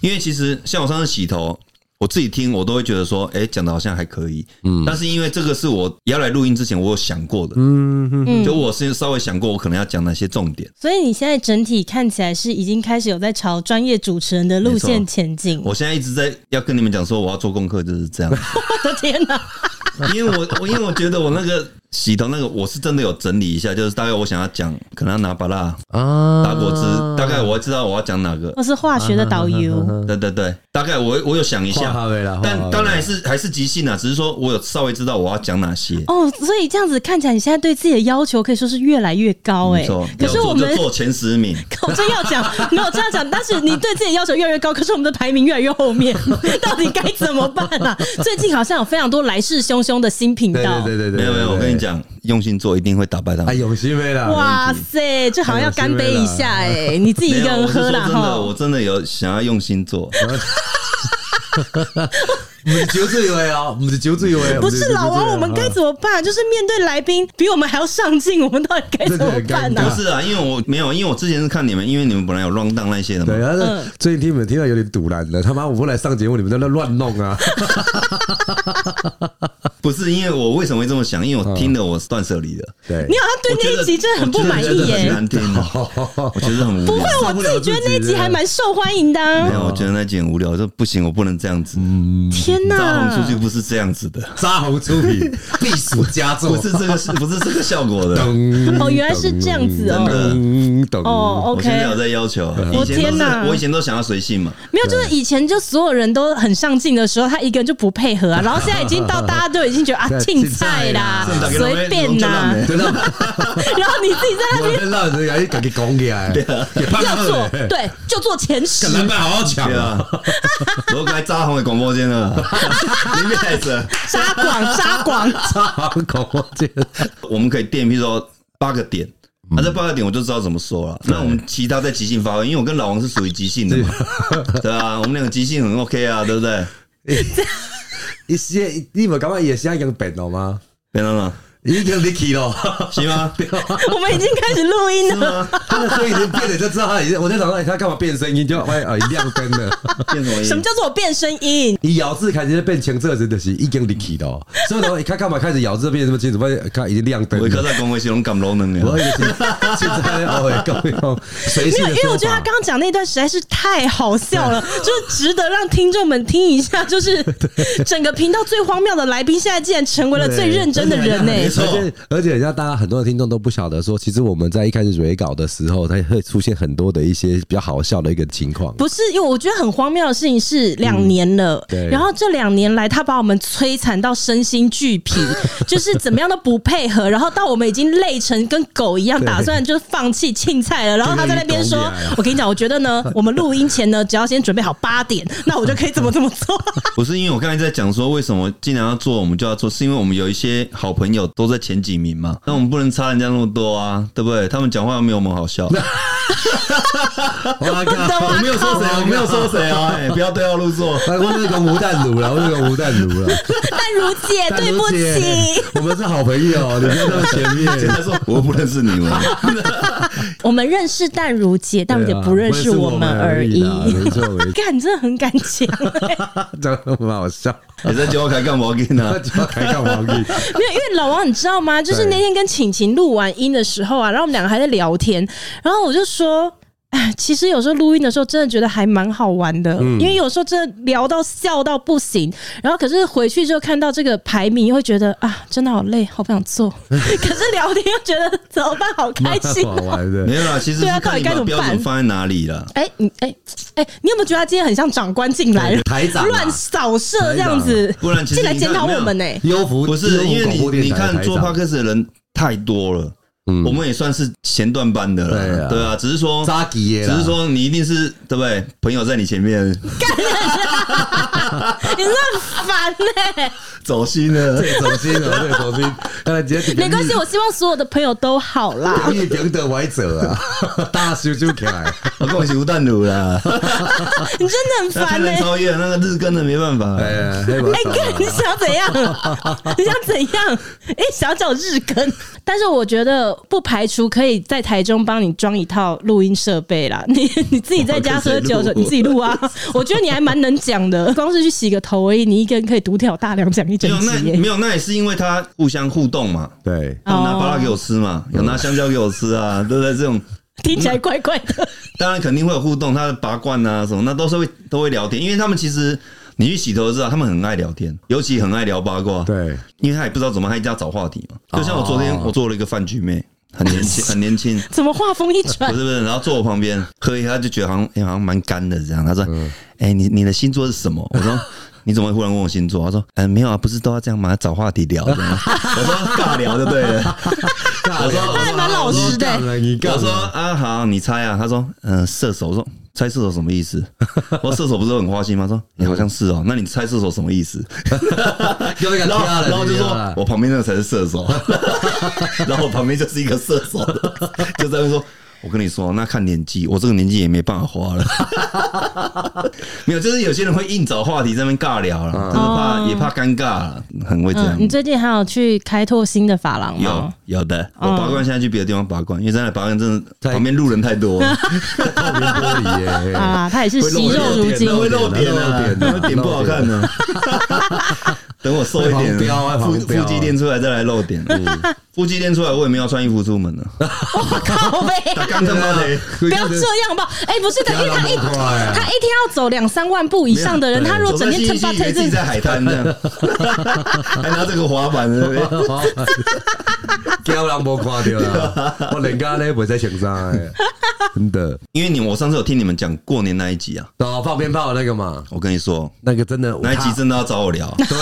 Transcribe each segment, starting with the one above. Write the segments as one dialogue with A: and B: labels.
A: 因为其实像我上次洗头，我自己听我都会觉得说，哎、讲的好像还可以，嗯，但是因为这个是我要来录音之前我有想过的，
B: 嗯哼，
A: 就我是稍微想过我可能要讲哪些重点，
C: 所以你现在整体看起来是已经开始有在朝专业主持人的路线前进。
A: 我现在一直在要跟你们讲说我要做功课就是这样，
C: 我的天哪！
A: 因为我我因为我觉得我那个洗头那个我是真的有整理一下，就是大概我想要讲，可能要拿把
C: 嗯
A: 蜡、
B: 啊，
A: 打果汁，大概我会知道我要讲哪个，
C: 我是化学的导游，
A: 对对对，大概我我有想一
B: 画哈
A: 下。
B: 维啦，画哈
A: 但
B: 维
A: 当然还是还是即兴啊，只是说我有稍微知道我要讲哪些。
C: 哦，所以这样子看起来，你现在对自己的要求可以说是越来越高哎、
A: 没错，
C: 可是
A: 要做
C: 我们
A: 就做前十名，
C: 我真要讲，没有这样讲，但是你对自己的要求越来越高，可是我们的排名越来越后面， 到底该怎么办 啊？最近好像有非常多来势汹汹的新频
B: 对
C: 道
B: 对，对对对，
A: 没有没有，
B: 对
A: 我跟你，讲，用心做一定会打败他
B: 对哎，
A: 们。
B: 永熙妹啦，
C: 哇塞，这好像要干杯一下哎、你自己
A: 没
C: 一个
A: 有，我
C: 人
A: 是说
C: 喝啦
A: 真的，我
C: 哈。
A: 真的有想要用心做。
B: 我们是酒醉位哦，我们是酒醉位，
C: 不是老王，我们该怎么办？就是面对来宾比我们还要上进，我们到底该怎么办呢、
B: 对
A: 不
B: 对
A: 是啊，因为我没有，因为我之前是看你们，因为你们本来有 round down 那些的嘛
B: 对，。但
C: 嗯
B: 是最近听你们听到有点堵然的，他妈我们来上节目，你们在那乱弄 啊！
A: 不是，因为我为什么会这么想？因为我听了我是断舍离的，
B: 对，
C: 你好像对
A: 我觉
C: 那
A: 得
C: 一集真的很不满
A: 我
C: 意
A: 觉得
C: 耶、
A: 很难听的，我觉得很无聊。
C: 对，我自己觉得那一集还蛮受欢迎的、
A: 没
C: 啊。
A: 有，我觉得那集很无聊，我说不行，我不能这样子。嗯，
C: 天
A: 大红
C: 哪
A: 出！去不是这样子的，
B: 杀红出 品，必属佳作
A: 不。是这个， 是不是这个效果的？
B: 噔
C: 哦原来是这样子哦
B: 噔噔
C: 哦
A: 我现在有
C: ，OK，
A: 在要求，啊
C: 我
A: 以前都
C: 天
A: 是
C: 哪
A: 我以前都想要随性嘛，
C: 没有，就是以前就所有人都很上进的时候，他一个人就不配合啊，然后现在已经到大家都已经觉得啊，
B: 对
C: 竞赛啦
B: 竞赛啦，
C: 随便啦，
A: 真
B: 真的，
C: 然后你自己在那
B: 我
C: 边
B: 在让人家赶紧讲起来，给 胖
C: 要
B: 胖
C: 做
B: 的，，
C: 对，就做前十
B: 跟。篮板好好抢
A: 对
B: 啊！
A: 啊，我该扎红的广播间啊了，里面还是
C: 沙广沙广，
B: 杀红口我 见，
A: 我们可以定，譬如说八个点。那、这八个点我就知道怎么说了。那我们其他再即兴发挥，因为我跟老王是属于即兴的嘛，对啊，我们两个即兴很 OK 啊，对不对？
B: 一些你们感觉也是一样变了吗？
A: 别人了，
B: 已经 Nicky 了，
A: 行吗？
C: 我们已经开始录音
A: 是
C: 了。
A: 吗？
B: 他的声音已经变了，就知道他已经我在想到哎他干嘛变声音，就发现啊亮灯了。
A: 变什么音？
C: 什么叫做我变声音？
B: 伊咬字开始变清澈，真的是已经 Nicky 了。所以呢，他干嘛开始咬字变这么清楚？发现看已经亮灯
A: 我
B: 了
A: 刚。才讲话是拢感老能量，
B: 我也是， 现在偶尔搞一搞啊随
C: 没
B: 性
C: 有，
B: 的
C: 因为我
B: 说
C: 觉得他
B: 法。
C: 刚刚讲那段实在是太好 笑了，就是值得让听众们听一下。就是整个频道最荒谬的来宾，现在竟然成为了最认真的人哎呢、
A: 没错
B: 而且而且，人家大家很多的听众都不晓得说，其实我们在一开始蕊稿的时候，它会出现很多的一些比较好笑的一个情 况。
C: 不是，因为我觉得很荒谬的事情是两年了，
B: 嗯对
C: 然后这两年来他把我们摧残到身心俱 疲，就是怎么样都不配合，然后到我们已经累成跟狗一样，
B: 对
C: 打算就是放弃青菜了。然后他在那边
B: 就
C: 说
B: 跟你啊狗一样：“
C: 我跟你讲，我觉得呢，我们录音前呢，只要先准备好八点，那我就可以怎么怎么做。
A: 不是因为我刚才在讲说为什么既然要做，我们就要做，是因为我们有一些好朋友都在前几名嘛，那我们不能差人家那么多啊，对不对？他们讲话又没有我们好笑。
B: 我
C: 啊
A: 我没有说谁， 我没有说谁啊，哎，不要对号入座。
B: 我是个吴淡如了，我是个吴淡如了。”
C: 淡如姐，对不起，，
B: 我们是好朋友，你不要那么前
A: 现
B: 面。
A: 在说我不认识你 们，
C: 我们认识淡如姐，但我
B: 啊
C: 姐不认识啊我们而已。
B: 没错 没错，
C: 干，你真的很敢讲、
B: 这样蛮好笑。
A: 你在叫我开干嘛跟啊
B: 那？就要开干黄历，
C: 没有，因为老王你知道 吗？就是那天跟晴晴录完音的时候啊，然后我们两个还在聊天，然后我就说。 哎，其实有时候录音的时候，真的觉得还蛮好玩的，因为有时候真的聊到笑到不行，然后可是回去之后看到这个排名，又会觉得啊，真的好累，好不想做。 可是聊天又觉得怎么办，好开 心
B: 蛮好
C: 哦、
B: 玩的
A: 没。有啦，其实
C: 对啊
A: 是看你
C: 到底该怎
A: 把
C: 么
A: 标准
C: 办
A: 放在哪里啦。
C: 哎、你哎哎，你有没有觉得他今天很像长官进来
B: 对台长啊
C: 哎 乱扫射这样子，
A: 不然其实
C: 进来
A: 你
C: 检
A: 看
C: 讨
A: 没
C: 我
A: 有
C: 们呢、
B: 优福
A: 不是因为
B: 优福广播
A: 你
B: 电
A: 你
B: 台的
A: 看
B: 台
A: 做
B: 长
A: podcast 的人太多了，我们也算是前段班的
B: 对
A: 了，
B: 啊
A: 对啊，只是说
B: 扎吉耶啊
A: 只
B: 啦，
A: 是说你一定是对不对？朋友在你前面，
C: 欸你真的很烦欸呢、
A: 走心了。
B: 对，走心了，对，走心。看来今天
C: 没关系，我希望所有的朋友都好啦。
B: 你赢得歪者 啊，大叔就起来。
A: 我恭喜吴淡如啦，
C: 你真的很
A: 那太
C: 烦呢、
A: 难超越那个日更的没办法。
B: 哎，黑马
C: 哎、
B: 少
C: 哥，你想要怎样？你想怎样？哎、想要叫我日更？ 但是我觉得不排除可以在台中帮你装一套录音设备啦。你你自己在家喝酒的时候，你自己录啊。 我觉得你还蛮能讲的，光是去洗个头而已，你一个人可以独挑大梁讲一
A: 没
C: 整
A: 有，
C: 集欸
A: 那
C: 耶。
A: 没有，那也是因为他互相互动嘛。
B: 对，
A: 有拿
C: 哦
A: 芭拉给我吃嘛，
B: 嗯
A: 有拿香蕉给我吃啊， 对不对？这种
C: 听起来怪怪的。
A: 当然肯定会有互动，他的拔罐啊什么，那都是会都会聊天，因为他们其实你去洗头知道，他们很爱聊天，尤其很爱聊八卦，
B: 对，
A: 因为他也不知道怎么，他一定要找话题嘛。就像我昨天
B: 哦
A: 我做了一个饭局妹，很年 轻，很年轻，
C: 怎么话锋一转
A: 不是？不是，然后坐我旁边喝一喝，他就觉得好像、哎好像蛮干的这样。他说：“
B: 嗯
A: 哎、你你的星座是什么？”我 说。你怎么会忽然问我星座？他说：“嗯、没有啊，不是都要这样吗？找话题聊的。”我 说：“尬聊就对了。”我说：“
C: 他还哎蛮老实的、
B: 干了，你干
A: 我
B: 了
A: 说啊，好，你猜啊。他说，嗯、射手。我说猜射手什么意思？ 我说射手不是都很花心吗？他说你、
B: 嗯
A: 好像是哦。那你猜射手什么意思？
B: 又被他
A: 然后
B: 掐了，
A: 然后就
B: 你知道
A: 说
B: 了
A: 我旁边那个才是射手， 然后我旁边就是一个射手， 就在那说。我跟你说，那看年纪，我这个年纪也没办法花了。 没有，就是有些人会硬找话题在那边尬聊了，
B: 嗯
A: 真的怕、也怕尴尬啦，很会这样。
C: 嗯，你最近还有去开拓新的发廊
A: 有
C: 吗？
A: 有的，我
C: 嗯
A: 拔罐现在去别的地方拔罐，因为真的拔罐真的
B: 太
A: 旁边路人太多了。
B: 透明玻璃耶。
C: 啊，他也是惜肉如 金。
A: 会露点
B: 露
A: 啊
B: 点啊，
A: 点不好看呢。 等我瘦一
B: 会
A: 点
B: 黄标，啊嗯
A: 腹
B: 黄标
A: 腹肌练出来再来露点。腹肌练出来，我也没有穿衣服出 门呢。
C: 靠背啊、
A: 打刚他妈的，
B: 不
C: 不要这样吧！哎、不是的，因为他
B: 不
C: 一
B: 要那么快啊
C: 他一天要走两三万步以上的人，
B: 没有
C: 他如 果
A: 走
C: 整
A: 在
C: 天
A: 新
C: 蹭
A: 一区
C: 吧
A: 以为
C: 蹭
A: 自己在
C: 蹭，
A: 海滩这样， 还拿这个滑板欸在那边。
B: 叫人无看到啦，我人家咧袂使穿衫诶，真的。
A: 因为你我上次有听你们讲过年那一集啊，
B: 哦，放鞭炮的那个嘛，
A: 我跟你说
B: 那个真的，
A: 那一集真的要找我聊，
B: 对。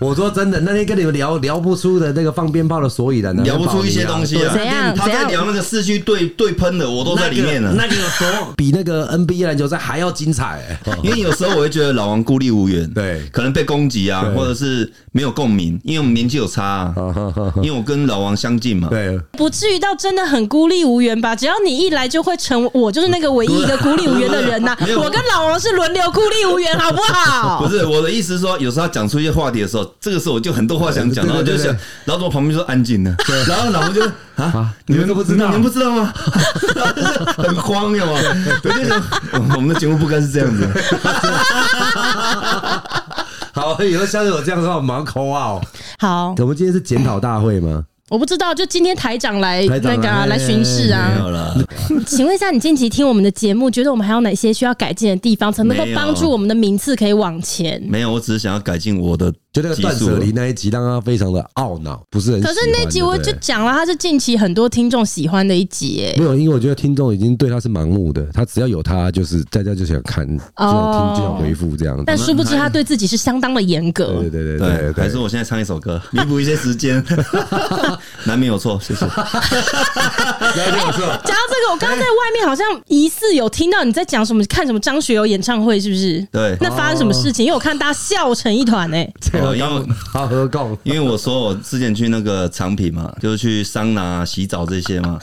B: 我说真的，那天跟你们聊聊不出的那个放鞭炮的所以然啊，
A: 聊不出一些东西啊
C: 怎样。
A: 他在
C: 怎样
A: 聊那个市区对对喷的，我都在里面了。啊
B: 那个说比那个 NBA 篮球赛还要精彩、 欸。
A: 因为有时候我会觉得老王孤立无援，
B: 对
A: 可能被攻击啊
B: 对，
A: 或者是没有共鸣，因为我们年纪有差啊，因为我跟老王相近嘛，
B: 嗯对，
C: 不至于到真的很孤立无援吧？只要你一来，就会成我就是那个唯一一个孤立无援的人呐、
A: 没有
C: 我跟老王是轮流孤立无援，好不好？
A: 不是我的意思是说，有时候他讲出一些话题的时候，这个时候我就很多话想讲，
B: 对
A: 然后
B: 对
A: 我
B: 对
A: 就想
B: 对，
A: 然后我旁边就说安静了，然后老王就 啊，
B: 你们都不知道
A: 你们不知道吗？ 然后就是很慌有吗？我就想，嗯我们的节目不该是这样子，
B: 好，以后下次我这样说，我马上扣啊！
C: 好，
B: 我们今天是检讨大会吗？
C: 我不知道，就今天台长来
B: 台长
C: 那个、啊、
B: 来
C: 来巡视啊。
A: 没有了，
C: 请问一下，你近期听我们的节目，觉得我们还有哪些需要改进的地方，才能够
A: 没有
C: 帮助我们的名次可以往前？
A: 没有，我只是想要改进我的
B: 就那个
A: 集
B: 断
A: 数
B: 舍离那一集，让他非常的懊恼，不是很喜
C: 可
B: 欢。
C: 是那集我就
B: 对不对
C: 讲了，它是近期很多听众喜欢的一集耶、
B: 没有，因为我觉得听众已经对他是盲目的，他只要有他，就是大家就想看，就想听，就想回复这样子。
C: 但殊不知他对自己是相当的严格
B: 对。对
A: 对，
B: 对对
A: 还是
B: 对，
A: 我现在唱一首歌，弥补一些时间， 难免有错，谢谢。
C: 讲到这个，我刚刚在外面好像疑似有听到你在讲什么，看什么张学友演唱会是不是？
A: 对
C: 那发生什么事情？因为我看大家笑成一团哎、
B: 这
A: 哦
B: 个
A: 因为
B: 刚好合共，
A: 因为我说我之前去那个长品 嘛，就是去桑拿、洗澡这些嘛，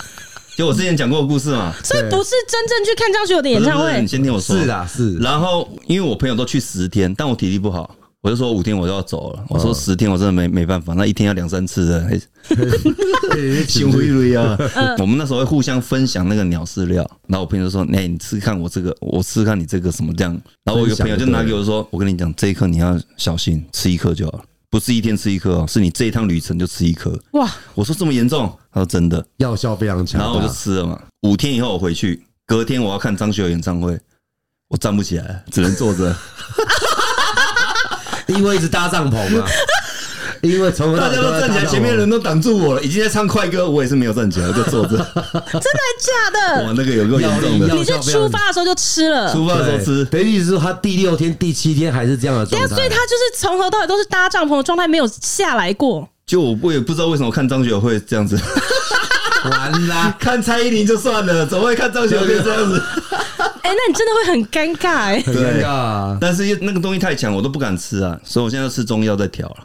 A: 就我之前讲过的故事嘛。
C: 所以不是真正去看张学友的演唱
A: 不是不是啊
C: 会
A: 你。先听我说。
B: 是啦是
A: 然后因为我朋友都去十天，但我体力不好，我就说五天我就要走了。我说十天我真的没没办法，那一天要两三次 的，心灰意啊。 我们那时候会互相分享那个鸟饲料，然后我朋友就说：“哎、你吃看我这个，我吃看你这个什么这样。”然后我有朋友就拿给我说：“我跟你讲，这一颗你要小心，吃一颗就好了，不是一天吃一颗哦，是你这一趟旅程就吃一颗。”
C: 哇，
A: 我说这么严重？他说真的，
B: 药效非常强
A: 然
B: 大。
A: 后我就吃了嘛。五天以后我回去，隔天我要看张学友演唱会，我站不起来，只能坐着。
B: 因为一直搭帐篷啊，因为从头到
A: 大
B: 尾
A: 家都
B: 在
A: 站起来，
B: 搭帐篷
A: 前面人都挡住我了，已经在唱快歌，我也是没有站起来，我就坐着。
C: 真的假
A: 哇，
C: 的？
A: 那个有够严重
B: 要
A: 的
B: 力，
C: 你是出发的时候就吃了？
A: 出发的时候
B: 对，
A: 吃。
B: 等于意思说他第六天、第七天还是这样的
C: 对
B: 状
C: 啊，
B: 态，
C: 所以他就是从头到尾都是搭帐篷的状态，没有下来过。
A: 就我我也不知道为什么看张学友会这样子，
B: 完啦。
A: 看蔡依林就算了，怎么会看张学友会这样子？
C: 哎、哎、那你真的会很尴尬哎、
B: 很尴尬啊。
A: 但是那个东西太强，我都不敢吃啊，所以我现在要吃中药在调了。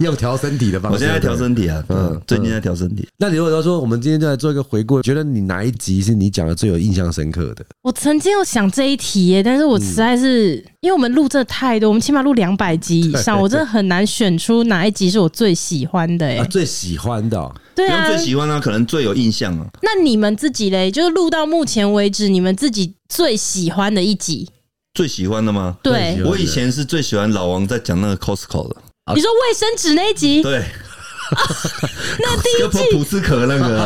B: 用调身体的方式，
A: 我现在在调身体啊，嗯，最近在调身体。
B: 那你如果说我们今天就来做一个回顾，觉得你哪一集是你讲的最有印象深刻的？
C: 我曾经有想这一题耶，但是我实在是、因为我们录这太多，我们起码录两百集以上，我真的很难选出哪一集是我最喜欢的哎、
B: 啊，最喜欢的哦、
C: 对
A: 不用
C: 啊，
A: 最喜欢啊，可能最有印象啊。
C: 那你们自己嘞，就是录到目前为止，你们自己最喜欢的一集，
A: 最喜欢的吗？
B: 最喜欢，
C: 对
A: 我以前是最喜欢老王在讲那个 Costco 的，
C: 你说卫生纸那一集，
A: 对，
C: 那第
A: 就
C: 一
A: 普
C: 季，
A: 普斯壳那 个。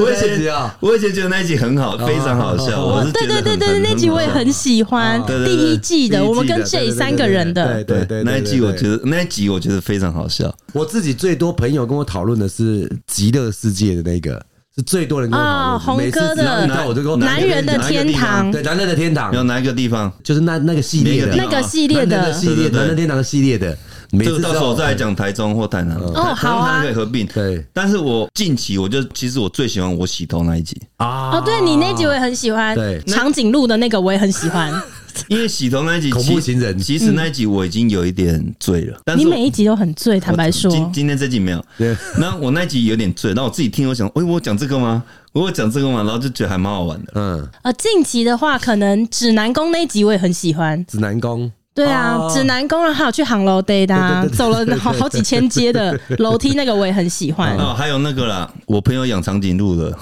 A: 我以
B: 是那一集
A: 前
B: 啊
A: 我以前觉得那一集很好，
B: 哦
A: 非常好笑。 我是
C: 对
A: 觉得
C: 对对对，
A: 很
C: 那集我也很喜欢，
A: 对对对
C: 第一季的，我们跟
B: 这
C: J 三个人的，
B: 对
A: 对
B: 对，
A: 那一集我觉
B: 得
A: 得那一集我觉得非常好笑。
B: 我自己最多朋友跟我讨论的是极乐世界的那个，是最多人跟我
C: 啊
B: 讨论的。每次
C: 红哥的
B: 只要遇到我就跟我
A: 哪
C: 男人的天堂，
B: 对男人的天堂，
A: 有哪一个地方？
B: 就是那那个系列的
A: 哪一
C: 那
A: 地
C: 个系列
B: 男人
C: 的
B: 系列
A: 对对对
B: 男人天堂系列的，每
A: 这
B: 次
A: 个到
B: 只
A: 时
B: 要
A: 候我再来讲台中或台南。
C: 哦好
A: 台
C: 啊
A: 中可以合并。
B: 对
A: 但是我近期我就其实我最喜欢我洗头那一集，
B: 啊
C: 哦，对你那集我也很喜欢
B: 对，
C: 长颈鹿的那个我也很喜 欢，
A: 因为洗头那一集
B: 恐怖
A: 其
B: 情人
A: 其实那一集我已经有一点醉了，但
C: 你
A: 是我
C: 每一集都很醉，坦白说，
A: 今今天这集没有。
B: 对
A: 那我那一集有点醉，那我自己听我想，哎，我有讲这个吗？我有讲这个吗？然后就觉得还蛮好玩的。
B: 嗯，
C: 呃，近期的话，可能指南宫那一集我也很喜欢。
B: 指南宫
C: 对啊，
B: 哦
C: 指南宫，然后还有去航楼 day 的、啊，
B: 对对对对
C: 走了好好几千阶的楼梯，那个我也很喜欢。
A: 哦，还有那个啦，我朋友养长颈鹿的，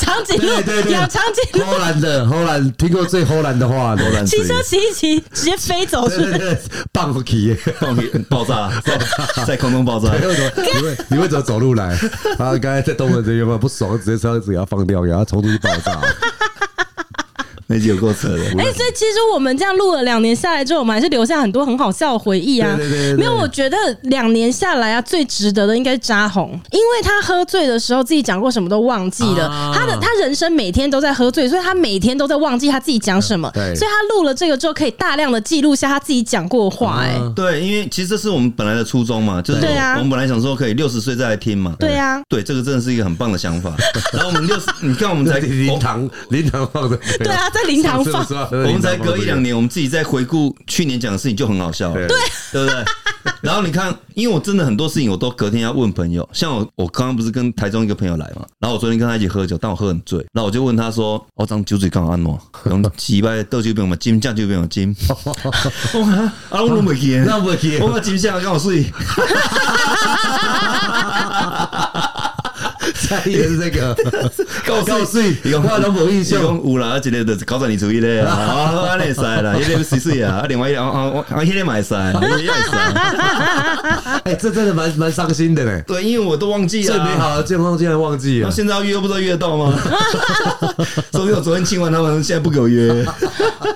C: 长颈鹿
B: 对对对
C: 养长颈
B: 荷兰的荷兰，听过最荷兰的话 呢，荷
A: 兰
C: 鹿，骑车骑一骑，直接飞走
B: 对
C: 去。
B: 对对，棒不起 耶。
A: 放屁爆炸，在 在空中爆炸。
B: 你为什么？你为你为什么走路来？啊，刚才在动物园有没有不爽？直接车子给它放掉，给它冲出去爆炸。
A: 那集有够扯的，
C: 哎、所以其实我们这样录了两年下来之后，我们还是留下很多很好笑的回忆啊。
B: 对对对对
C: 没有，我觉得两年下来啊，最值得的应该是扎红，因为他喝醉的时候自己讲过什么都忘记了。
B: 啊
C: 他的他人生每天都在喝醉，所以他每天都在忘记他自己讲什么。
B: 对
C: 所以他录了这个之后，可以大量的记录下他自己讲过的
B: 啊
C: 话、哎、
A: 对，因为其实这是我们本来的初衷嘛，就是
C: 对啊
A: 我们本来想说可以六十岁再来听嘛。
C: 对啊，
A: 对，这个真的是一个很棒的想法。然后我们六十，你看我们才
B: 在灵堂，灵堂放的。
C: 对啊，在灵堂放
B: 是。不是啊
A: 我们才隔一两。年，我们自己在回顾去年讲的事情就很好笑了，
B: 对
A: 对不对？然后你看，因为我真的很多事情我都隔天要问朋友，像我我刚刚不是跟台中一个朋友来嘛，然后我昨天跟他一起喝酒，但我喝很醉，然后我就问他说：“我张酒醉干嘛按 摩？用几百豆酒变我金，酱酒变我 金。”我哈啊，我都没见，
B: 那不起
A: 我把金酱跟我睡，
B: 在意的是 这个，
A: 跟我
B: 告诉
A: 睡
B: 你，
A: 伊讲
B: 我都无印
A: 伊
B: 象
A: 讲有啦，啊一个就是九十年出去咧，啊，啊安尼会使啦，迄个水水啊，啊另外一个啊啊啊，啊迄个嘛会使，迄个也会啊使。
B: 哎，这真的蛮蛮伤心的嘞。
A: 对，因为我都忘记了、
B: 最美好的健康竟然忘记
A: 然
B: 了
A: 后。啊现在要约又不知道约得到吗？ 所以我昨天亲完他们，现在不给我约。
B: 啊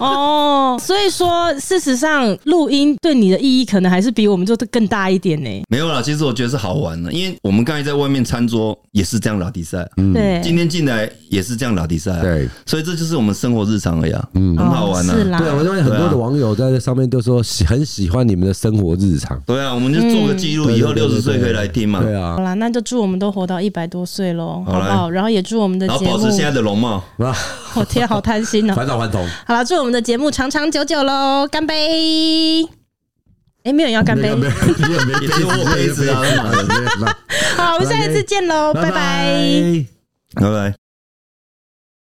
C: 哦，所以说，事实上，录音对你的意义可能还是比我们做的更大一点呢、
A: 没有啦，其实我觉得是好玩的，因为我们刚才在外面餐桌也是这样打比赛，今
C: 嗯
B: 嗯
C: 对，
A: 天进来也是这样打比赛，啊
B: 对，
A: 所以这就是我们生活日常而已、啊，嗯，很好玩
C: 哦
A: 啊。
C: 是啦
B: 对，我认为很多的网友在上面就说喜很喜欢你们的生活日常。
A: 对啊，我们就做个记录，以后六十岁可以来听嘛。
B: 对啊
C: 好，啦，那就祝我们都活到一百多岁喽，好
A: 好
C: 不
A: 嘞
C: 好？然后也祝我们的
A: 然后
C: 节目
A: 保，持现在的容貌，
B: 啊，
C: 我天，好贪心 哦、
B: 返老还童。
C: 好了，祝我们的节目长长久久喽，干杯！哎、没有人要干杯，
B: 你也没
A: 也是我杯子啊，
B: 嘛的，
C: 好，我们下一次见喽，拜拜
A: 拜拜。